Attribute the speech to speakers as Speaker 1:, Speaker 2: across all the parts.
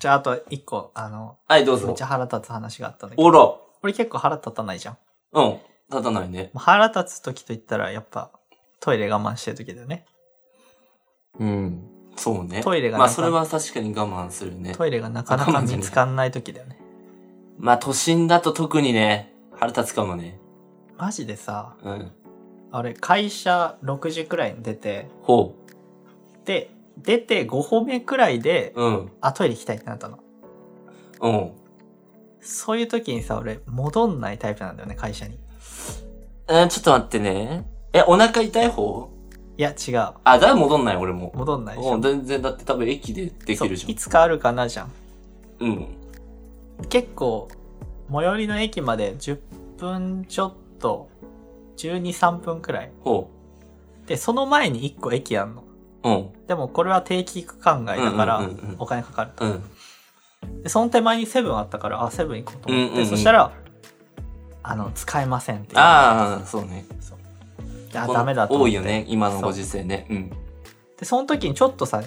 Speaker 1: じゃあ、あと一個、あの、
Speaker 2: はい、どう
Speaker 1: めっ
Speaker 2: ぞ
Speaker 1: ち。ゃ腹立つ話があったんだけど。
Speaker 2: おら。
Speaker 1: 俺結構腹立たないじゃん。
Speaker 2: うん。立たないね。
Speaker 1: まあ腹立つ時と言ったら、やっぱ、トイレ我慢してる時だよね。
Speaker 2: うん。そうね。
Speaker 1: トイレが
Speaker 2: まあ、
Speaker 1: なんか
Speaker 2: それは確かに我慢するね。
Speaker 1: トイレがなかなか見つかんない時だよね。
Speaker 2: まあ、都心だと特にね、腹立つかもね。
Speaker 1: マジでさ、
Speaker 2: うん。
Speaker 1: あれ、会社6時くらいに出て、
Speaker 2: ほ
Speaker 1: で、出て5歩目くらいで、
Speaker 2: う。うん。
Speaker 1: あ、トイレ行きたいってなったの。
Speaker 2: うん。
Speaker 1: そういう時にさ、俺、戻んないタイプなんだよね、会社に。
Speaker 2: えー、ちょっと待ってね。え、お腹痛い方
Speaker 1: いや、違う。
Speaker 2: あ、だいぶ戻んない、俺も。
Speaker 1: 戻んないでし
Speaker 2: も
Speaker 1: ょ
Speaker 2: う。全然、だって多分駅でで
Speaker 1: そ
Speaker 2: き
Speaker 1: う
Speaker 2: るじ
Speaker 1: いつかあるかなじゃん。
Speaker 2: ゃん。うん。
Speaker 1: 結構、最寄りの駅まで10分ちょっと、12、3分くらい。
Speaker 2: ほ
Speaker 1: で、その前に1個駅あんの。
Speaker 2: う。うん。
Speaker 1: でもこれは定期区間外だから
Speaker 2: うんうんうんうん、
Speaker 1: お金かかると。
Speaker 2: うん。
Speaker 1: で、その手前にセブンあったから、あ、セブン行こうと思って、
Speaker 2: うんうんうん
Speaker 1: そしたら、あの、使えませんっていう。
Speaker 2: ああ、そうね。
Speaker 1: そうであ、
Speaker 2: この
Speaker 1: ダメだと思
Speaker 2: 多
Speaker 1: っ
Speaker 2: い
Speaker 1: て。
Speaker 2: よね、今のご時世ね。うん。
Speaker 1: で、その時にちょっとさ、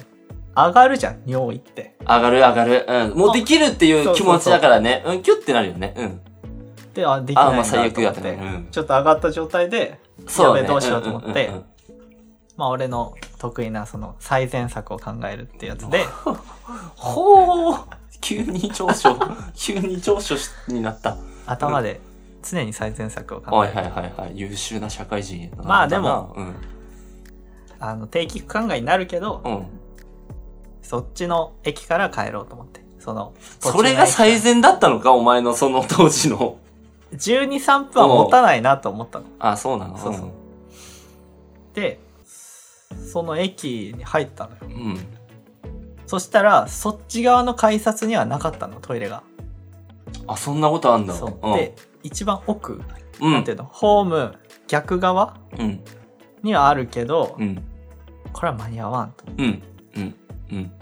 Speaker 1: 上がるじゃん、尿意って。
Speaker 2: 上がる上がる。うん。もうできるっていう気持ちだからね。うん、キュッてなるよね。うん。
Speaker 1: で、あ、できない
Speaker 2: あ
Speaker 1: ん
Speaker 2: ま
Speaker 1: だ
Speaker 2: あ最悪
Speaker 1: と思っ
Speaker 2: だったね
Speaker 1: て
Speaker 2: うん、
Speaker 1: ちょっと上がった状態で、
Speaker 2: そうだね。
Speaker 1: やべえどうしようと思って
Speaker 2: んうんうん
Speaker 1: まあ俺の得意なその最善策を考えるってやつで、
Speaker 2: ほう急に長 所、急に長所しになった。
Speaker 1: 頭で常に最善策を考
Speaker 2: は
Speaker 1: え
Speaker 2: い
Speaker 1: る。
Speaker 2: はいはいはい。優秀な社会人やな
Speaker 1: まあでも。
Speaker 2: うん。
Speaker 1: あの、定期区間外になるけど、
Speaker 2: うん。
Speaker 1: そっちの駅から帰ろうと思って。その、
Speaker 2: それが最善だったのかお前のその当時の。
Speaker 1: 12、3分は持たないなと思ったの。
Speaker 2: あ、そうなの
Speaker 1: そうそうで、その駅に入ったのよ。
Speaker 2: うん。うん。
Speaker 1: そしたら、そっち側の改札にはなかったの、トイレが。
Speaker 2: あ、そんなことあんだ。
Speaker 1: そう。で、一番奥、
Speaker 2: うん。う
Speaker 1: なん
Speaker 2: ん
Speaker 1: て。いうの、ホーム逆側
Speaker 2: うん。
Speaker 1: にはあるけど
Speaker 2: う、ん。
Speaker 1: これは間に合わんと。
Speaker 2: うん。うん。うん。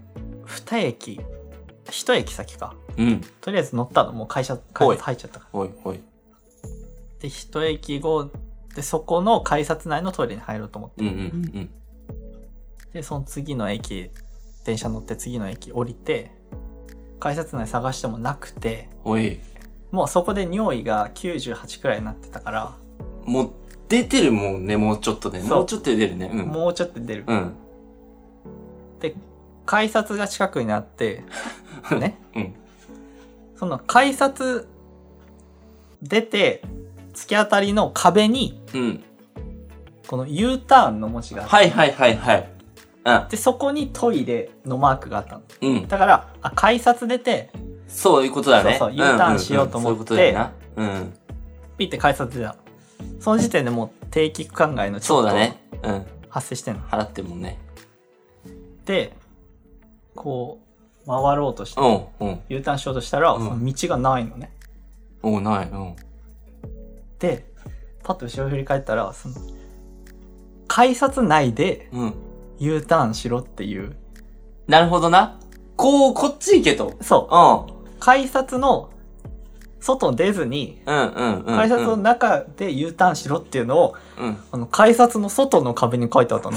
Speaker 1: 二駅、一駅先か。
Speaker 2: うん。
Speaker 1: とりあえず乗ったの、もう会社、改札入っちゃったから。
Speaker 2: おいおい。
Speaker 1: で、一駅後、で、そこの改札内のトイレに入ろうと思って。
Speaker 2: うんうんうん。
Speaker 1: で、その次の駅、電車乗って次の駅降りて、改札内探してもなくて、
Speaker 2: おい。
Speaker 1: もうそこで尿意が98くらいになってたから、
Speaker 2: もう出てるもんね、もうちょっとね。
Speaker 1: そう
Speaker 2: もうちょっとで出るね。うん。
Speaker 1: もうちょっと出る。
Speaker 2: うん。
Speaker 1: で、改札が近くになって、ね。
Speaker 2: うん。
Speaker 1: その改札出て、突き当たりの壁に、
Speaker 2: うん。
Speaker 1: この U ターンの文字があって、
Speaker 2: はいはいはいはい。うん。
Speaker 1: で、そこにトイレのマークがあったの。
Speaker 2: うん。
Speaker 1: だから、あ、改札出て、
Speaker 2: そういうことだね。
Speaker 1: そうそう U ターンしようと思って
Speaker 2: うんうんうんそういうことだよな。うん。
Speaker 1: ピッて改札出たの。その時点でもう定期区間外のちょ
Speaker 2: そう
Speaker 1: っ
Speaker 2: だ
Speaker 1: と
Speaker 2: ね。うん。
Speaker 1: 発生してんの。
Speaker 2: 払ってるもんね。
Speaker 1: で、こう、回ろうとして、
Speaker 2: うん。うん。
Speaker 1: U ターンしようとしたら、
Speaker 2: うん
Speaker 1: その道がないのね。
Speaker 2: おうない。うん。
Speaker 1: で、パッと後ろ振り返ったら、その、改札内で
Speaker 2: うん。
Speaker 1: U ターンしろっていう、
Speaker 2: なるほどな。こう、こっち行けと。
Speaker 1: そうう、改札の外出ずに、
Speaker 2: ん。うんうんうん。
Speaker 1: 改札の中で U ターンしろっていうのを、
Speaker 2: うん。
Speaker 1: あの、改札の外の壁に書いてあ ったの。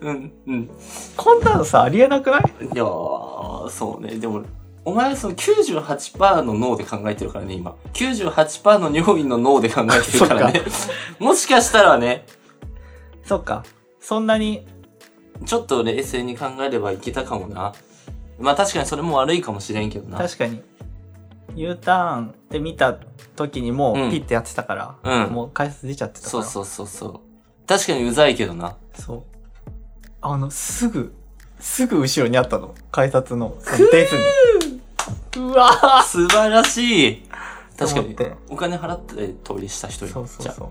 Speaker 2: うん。うん。
Speaker 1: こんなのさ、ありえなくない
Speaker 2: いやー、そうね。でも、お前はその98%の脳で考えてるからね、今。98%の尿意の脳で考えてるからね。 もしかしたらね、
Speaker 1: そっか。そんなに、
Speaker 2: ちょっと冷静に考えればいけたかもな。まあ確かにそれも悪いかもしれんけどな。
Speaker 1: 確かに、U ターンで見た時にも
Speaker 2: うん
Speaker 1: うピッてやってたから、
Speaker 2: うん
Speaker 1: もう改札出ちゃってたか
Speaker 2: そう
Speaker 1: ら。
Speaker 2: そうそうそう。確かにうざいけどな。
Speaker 1: そう。あの、すぐ、すぐ後ろにあったの。改札の、そのデズに。うわー
Speaker 2: 素晴らしい確かに
Speaker 1: と思って。
Speaker 2: お金払ってトイレした人いる
Speaker 1: そうそう
Speaker 2: じゃ
Speaker 1: そう。
Speaker 2: あ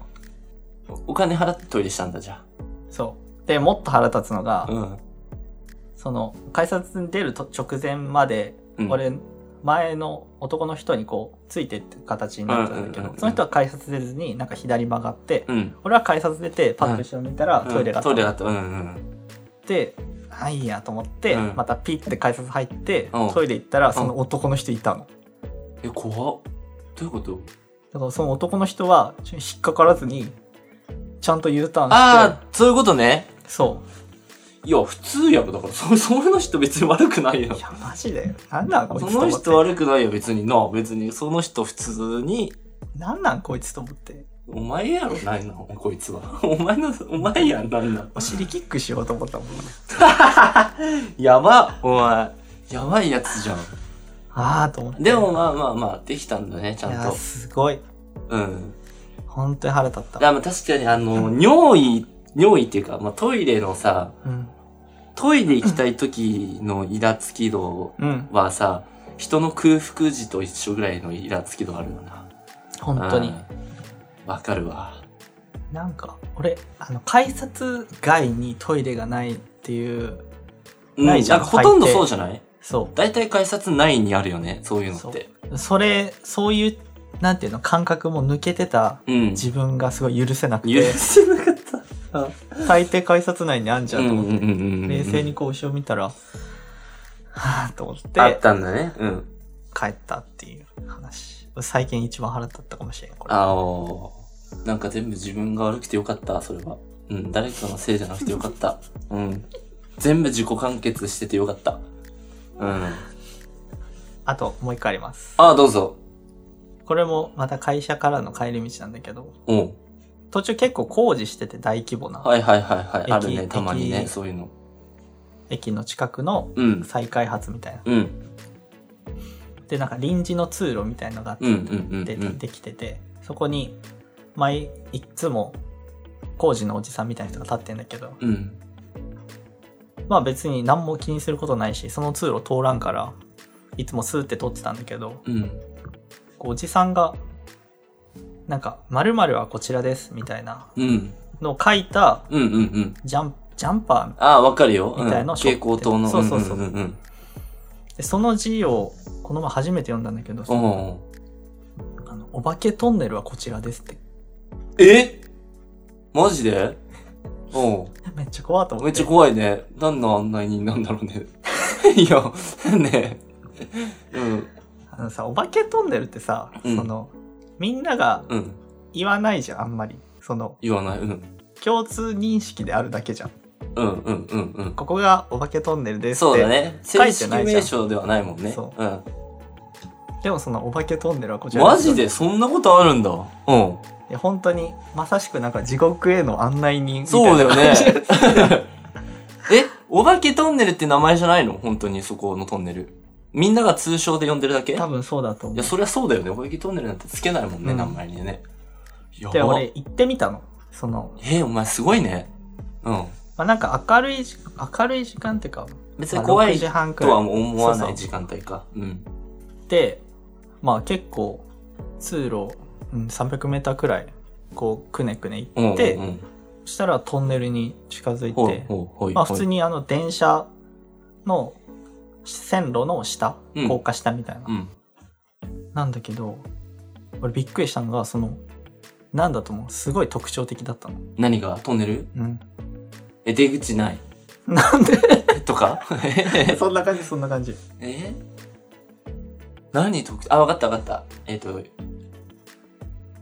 Speaker 2: お金払ってトイレしたんだじゃ
Speaker 1: そう。で、もっと腹立つのが
Speaker 2: あ。、うん。そ
Speaker 1: その、改札に出ると直前まで、
Speaker 2: うん
Speaker 1: 俺、前の男の人にこう、ついてって形になってたんだけ
Speaker 2: うんうんう
Speaker 1: ど
Speaker 2: んう、ん
Speaker 1: その人は改札出ずに、なんか左曲がって、
Speaker 2: うん。
Speaker 1: 俺は改札出て、パッと後ろ見たら、トイレがあ
Speaker 2: トイレ
Speaker 1: っ
Speaker 2: だった。うんうん。
Speaker 1: て、あ、いいやと思って、
Speaker 2: うん
Speaker 1: またピッて改札入って
Speaker 2: うん、
Speaker 1: トイレ行ったら、その男の人いたの。
Speaker 2: え、怖っ。どういうこと
Speaker 1: だからその男の人はちょ引っかからずにちゃんと U ターンして
Speaker 2: ああ、そういうことね。
Speaker 1: そ
Speaker 2: いや、普通やろ。だから、そ、その人別に悪くないやん
Speaker 1: い。や、マジで。なんなんこい
Speaker 2: そ
Speaker 1: つと
Speaker 2: の
Speaker 1: 思って。
Speaker 2: 人悪くないよ、別にな。別に、その人普通に、
Speaker 1: なんなんこいつと思って。
Speaker 2: お前やろ、ないな、こいつは。お前の、お前やん、なんなん。
Speaker 1: お尻キックしようと思ったもん。
Speaker 2: やば、お前。やばいやつじゃん。
Speaker 1: ああ、と思って。
Speaker 2: でもまあまあまあ、できたんだね、ちゃ
Speaker 1: い
Speaker 2: ん
Speaker 1: や、
Speaker 2: と。
Speaker 1: すごい。
Speaker 2: うん。
Speaker 1: 本当に腹立った。
Speaker 2: あまあ確かに、あの、尿意、尿意っていうか、まあトイレのさ、
Speaker 1: うん。
Speaker 2: トイレ行きたい時のイラつき度
Speaker 1: うん。
Speaker 2: はさ、人の空腹時と一緒ぐらいのイラつき度あるよな。
Speaker 1: 本当に
Speaker 2: うん。。わかるわ。
Speaker 1: なんか、俺、あの、改札外にトイレがないっていう、ないじゃん
Speaker 2: うなんかほとんどそうじゃない
Speaker 1: そ
Speaker 2: 大体改札内にあるよね、そういうのって。
Speaker 1: う。それ、そういう、なんていうの、感覚も抜けてた
Speaker 2: うん。
Speaker 1: 自分がすごい許せなく
Speaker 2: 許
Speaker 1: て、
Speaker 2: せなかった。
Speaker 1: 大抵改札内にあんじゃんと思って、
Speaker 2: うんうんうんうん
Speaker 1: 冷静にこう後ろ見たら、はぁと思って、
Speaker 2: あったんだね。うん。
Speaker 1: 帰ったっていう話最近一番腹立ったかもしれんこれ
Speaker 2: あおーなんか全部自分が悪くてよかった、それは。うん、誰かのせいじゃなくてよかった。うん。全部自己完結しててよかった。うん。
Speaker 1: あともう一回あります
Speaker 2: ああ、どうぞ。
Speaker 1: これもまた会社からの帰り道なんだけど
Speaker 2: うん。
Speaker 1: 途中結構工事してて大規模な
Speaker 2: はいはいはいはい。
Speaker 1: 駅
Speaker 2: あるね、たまにね、
Speaker 1: 駅
Speaker 2: そういうの。
Speaker 1: 駅の近くの
Speaker 2: うん。
Speaker 1: 再開発みたいな
Speaker 2: うん。
Speaker 1: でなんか臨時の通路みたいのがあって
Speaker 2: うんうんうん
Speaker 1: で
Speaker 2: うん。
Speaker 1: できててそこに毎いっつも工事のおじさんみたいな人が立ってんだけど
Speaker 2: うん。
Speaker 1: まあ別に何も気にすることないしその通路通らんからいつもスーって通ってたんだけど
Speaker 2: うん。
Speaker 1: こうおじさんがなんか「〇〇はこちらです」みたいな
Speaker 2: うん。
Speaker 1: のを書いた
Speaker 2: うんうんうん。
Speaker 1: ジャンジャンパ
Speaker 2: ああ、わかるよ。うん
Speaker 1: みたいなショップ
Speaker 2: 蛍光灯の。
Speaker 1: そうそうそうん
Speaker 2: んうん
Speaker 1: ーでその字をこの前初めて読んだんだけど
Speaker 2: う
Speaker 1: 「
Speaker 2: ん。お
Speaker 1: あのお化けトンネルはこちらです」って
Speaker 2: ーえマジでおう
Speaker 1: めっちゃ怖いと思
Speaker 2: め
Speaker 1: っ
Speaker 2: っち
Speaker 1: て
Speaker 2: ゃ怖いね。何の案内人なんだろうね。 いや、ねえ。うん。
Speaker 1: あのさお化けトンネルってさ、
Speaker 2: うん
Speaker 1: そのみんなが
Speaker 2: うん。
Speaker 1: 言わないじゃんあんまりその
Speaker 2: 言わない。うん。
Speaker 1: 共通認識であるだけじゃん
Speaker 2: うんうんうんうん。
Speaker 1: ここがお化けトンネルですって
Speaker 2: そうだね。
Speaker 1: 書い
Speaker 2: 正
Speaker 1: て
Speaker 2: 式
Speaker 1: ないじゃん
Speaker 2: 名称ではないもんね。。
Speaker 1: そう
Speaker 2: ん。
Speaker 1: でもそのお化けトンネルはこちら
Speaker 2: マ
Speaker 1: すよ
Speaker 2: ジでそんなことあるんだ。うん。
Speaker 1: いや本当にまさしくなんか地獄への案内人みたいな
Speaker 2: そうだよ ね。え、お化けトンネルって名前じゃないの本当にそこのトンネル。みんなが通称で呼んでるだけ
Speaker 1: 多分そうだと思
Speaker 2: いうや、そりゃそうだよね。お化けトンネルなんてつけないもんね、
Speaker 1: うん
Speaker 2: 名前にね。や
Speaker 1: で
Speaker 2: ば。
Speaker 1: 俺行ってみたのその、
Speaker 2: え、お前すごいね。うん。
Speaker 1: まあ、なんか明るい時明るい時間っていうか
Speaker 2: 別に怖
Speaker 1: まあ6
Speaker 2: い
Speaker 1: 時半く
Speaker 2: とは
Speaker 1: らい
Speaker 2: 思わ
Speaker 1: そう
Speaker 2: な
Speaker 1: そう
Speaker 2: い時間帯か。うん。
Speaker 1: でまあ結構通路、うん、300m くらいこうくねくね行って、
Speaker 2: うんうん
Speaker 1: そしたらトンネルに近づい
Speaker 2: ほ
Speaker 1: て
Speaker 2: い、ほいほい。
Speaker 1: まあ普通
Speaker 2: に。
Speaker 1: にあの電車の線路の下、
Speaker 2: うん
Speaker 1: 高架下みたいな、
Speaker 2: うん。
Speaker 1: なんだけど俺びっくりしたのがそのなんだと思うすごい特徴的だったの、
Speaker 2: 何がトンネル
Speaker 1: うん、
Speaker 2: え、出口ない。
Speaker 1: なんで
Speaker 2: え とかえ
Speaker 1: そんな感じそんな感じ
Speaker 2: え何特あ、わかったわかった。えっ、と、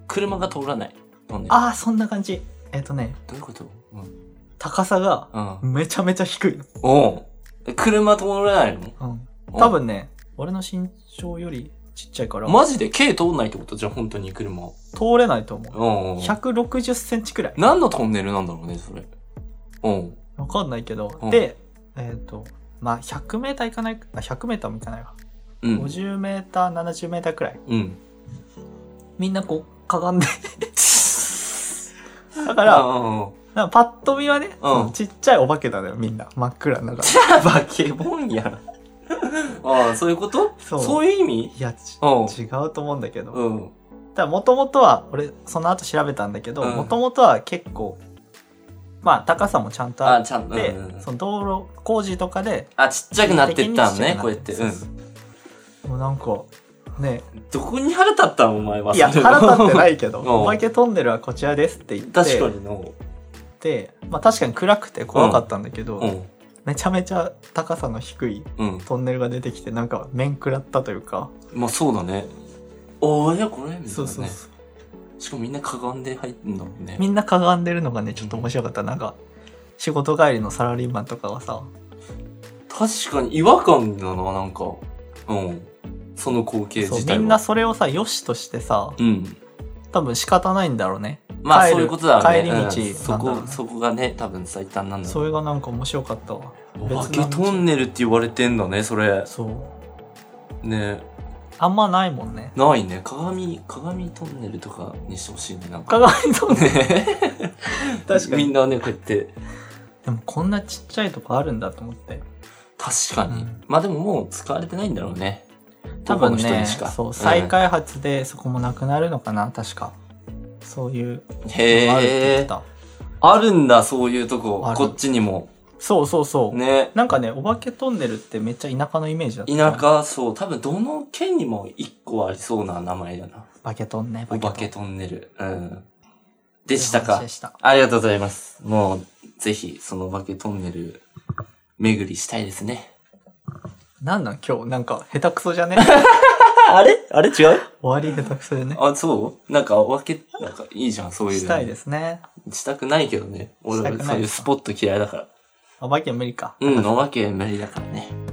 Speaker 2: 車が通らない。トンネル。
Speaker 1: ああそんな感じえっ、とね
Speaker 2: どういうことうん。
Speaker 1: 高さが
Speaker 2: うん。
Speaker 1: めちゃめちゃ低い
Speaker 2: おうえ車通らないの
Speaker 1: の、うん、
Speaker 2: おう
Speaker 1: 多分ね俺の身長よりちっちゃいから、
Speaker 2: マジで軽通んないってことじゃあ本当に車。
Speaker 1: 通れないと思う
Speaker 2: うん。
Speaker 1: 160センチくらい
Speaker 2: 何のトンネルなんだろうね、それ。うん。
Speaker 1: わかんないけど、
Speaker 2: うん
Speaker 1: でえっ、とまあ100メーターいかないあ100メーターもいかないわ
Speaker 2: うん。
Speaker 1: 50メーター70メーターくらい
Speaker 2: うん。
Speaker 1: みんなこうかがんで だか
Speaker 2: あ
Speaker 1: ら
Speaker 2: うん。
Speaker 1: なんかパッと見はね、その
Speaker 2: うん
Speaker 1: ちっちゃいお化けだよみんな真っ暗の 中
Speaker 2: じゃあバケモンやろ。ああ、そういうこと
Speaker 1: そう
Speaker 2: そう いう意味
Speaker 1: いやち
Speaker 2: うん。
Speaker 1: 違うと思うんだけど、
Speaker 2: うん。
Speaker 1: だもともとは俺その後調べたんだけど
Speaker 2: うん
Speaker 1: もともとは結構まあ高さもちゃんとあ
Speaker 2: あ
Speaker 1: っ
Speaker 2: ちゃんと、う
Speaker 1: て、
Speaker 2: ん。
Speaker 1: その道路工事とかで
Speaker 2: あ、ちっちゃくなってったのね、こうやって。
Speaker 1: そううんそう。もうなんかね
Speaker 2: どこに腹立ったんお前は。
Speaker 1: いや
Speaker 2: それは
Speaker 1: 腹立ってな
Speaker 2: うん
Speaker 1: いけど「お化けトンネルはこちらです」って言って
Speaker 2: 確かにの。
Speaker 1: で、まあ、確かに暗くて怖かったんだけど、
Speaker 2: うん。
Speaker 1: めちゃめちゃ高さの低い
Speaker 2: うん。
Speaker 1: トンネルが出てきてなんか面食らったというか、
Speaker 2: まあそうだね。おー、えこれみたいなね。
Speaker 1: そうそうそう
Speaker 2: しかもみんなかがんで入ってんだもんね。
Speaker 1: みんなかがんでるのがねちょっと面白かったなんか仕事帰りのサラリーマンとかはさ、
Speaker 2: 確かに違和感だな、なんか。うん。その光景
Speaker 1: そう
Speaker 2: 自体
Speaker 1: み
Speaker 2: は。
Speaker 1: んなそれをさ、良しとしてさ、
Speaker 2: うん。
Speaker 1: 多分仕方ないんだろうね。
Speaker 2: まあ
Speaker 1: 帰る
Speaker 2: そういうことだろうね。
Speaker 1: 帰り
Speaker 2: うん
Speaker 1: 道
Speaker 2: そ
Speaker 1: なんだろう
Speaker 2: こ、
Speaker 1: ね
Speaker 2: そこがね、多分最短なんだろう
Speaker 1: それがなんか面白かったわ。
Speaker 2: お
Speaker 1: 別な
Speaker 2: 化けトンネルって言われてんだね、それ。
Speaker 1: そう。
Speaker 2: ね
Speaker 1: あんまないも んね。
Speaker 2: ないね。鏡、鏡トンネルとかにしてほしいね、なんか。
Speaker 1: 鏡トンネル。
Speaker 2: ね
Speaker 1: 確か
Speaker 2: み
Speaker 1: に。
Speaker 2: んなね、こうやって。
Speaker 1: でもこんなちっちゃいとこあるんだと思って。
Speaker 2: 確かに。
Speaker 1: うん
Speaker 2: まあでももう使われてないんだろうね。
Speaker 1: 多分
Speaker 2: どこの人
Speaker 1: ね、
Speaker 2: にしか
Speaker 1: そう、
Speaker 2: ん
Speaker 1: 再開発でそこもなくなるのかな、確か。そういうのがあるって言
Speaker 2: へ
Speaker 1: って
Speaker 2: え。
Speaker 1: た。
Speaker 2: あるんだ、そういうとこ
Speaker 1: あ。る
Speaker 2: こっちにも。
Speaker 1: そうそうそう。
Speaker 2: ね。
Speaker 1: なんかね、お化けトンネルってめっちゃ田舎のイメージだった。
Speaker 2: 田。舎、そう。多分どの県にも一個ありそうな名前だな。
Speaker 1: バケトンね、
Speaker 2: お化けトンネル。うん。でしたか
Speaker 1: で。した。
Speaker 2: ありがとうございます。もう、ぜひ、そのお化けトンネル、巡りしたいですね。
Speaker 1: なんなん今日、なんか、下手くそじ ゃね
Speaker 2: あれあれ違う
Speaker 1: 終わり下手くそでね。
Speaker 2: あ、そうなんか、お化け、なんか、いいじゃん、そういうの。
Speaker 1: したいですね。
Speaker 2: したくないけどね。俺
Speaker 1: したくない
Speaker 2: はそういうスポット嫌いだから。
Speaker 1: お化け無理か。
Speaker 2: うん、お化け無理だからね。